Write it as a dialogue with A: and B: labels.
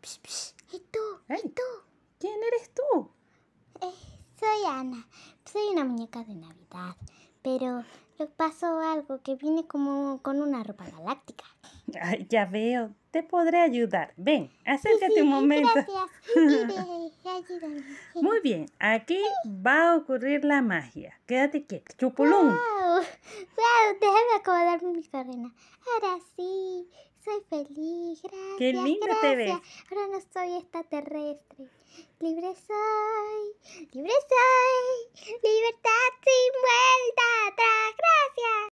A: Ps, ps.
B: ¿Y tú?
A: Ay.
B: ¿Y tú?
A: ¿Quién eres tú?
B: Eh, soy Ana. Soy una muñeca de Navidad. Pero le pasó algo que viene como con una ropa galáctica.
A: Ay, ya veo, te podré ayudar. Ven,
B: Sí,
A: acércate
B: sí,
A: un momento.
B: Gracias. Mire, ayúdame.
A: Muy bien, aquí va a ocurrir la magia. Quédate quieto, chupulum.
B: Wow, wow, déjame acomodar mi corona. Ahora sí, soy feliz, gracias.
A: Qué linda te ves.
B: gracias. Ahora no soy extraterrestre. Libre soy, libre soy, libertad sin vuelta atrás, gracias.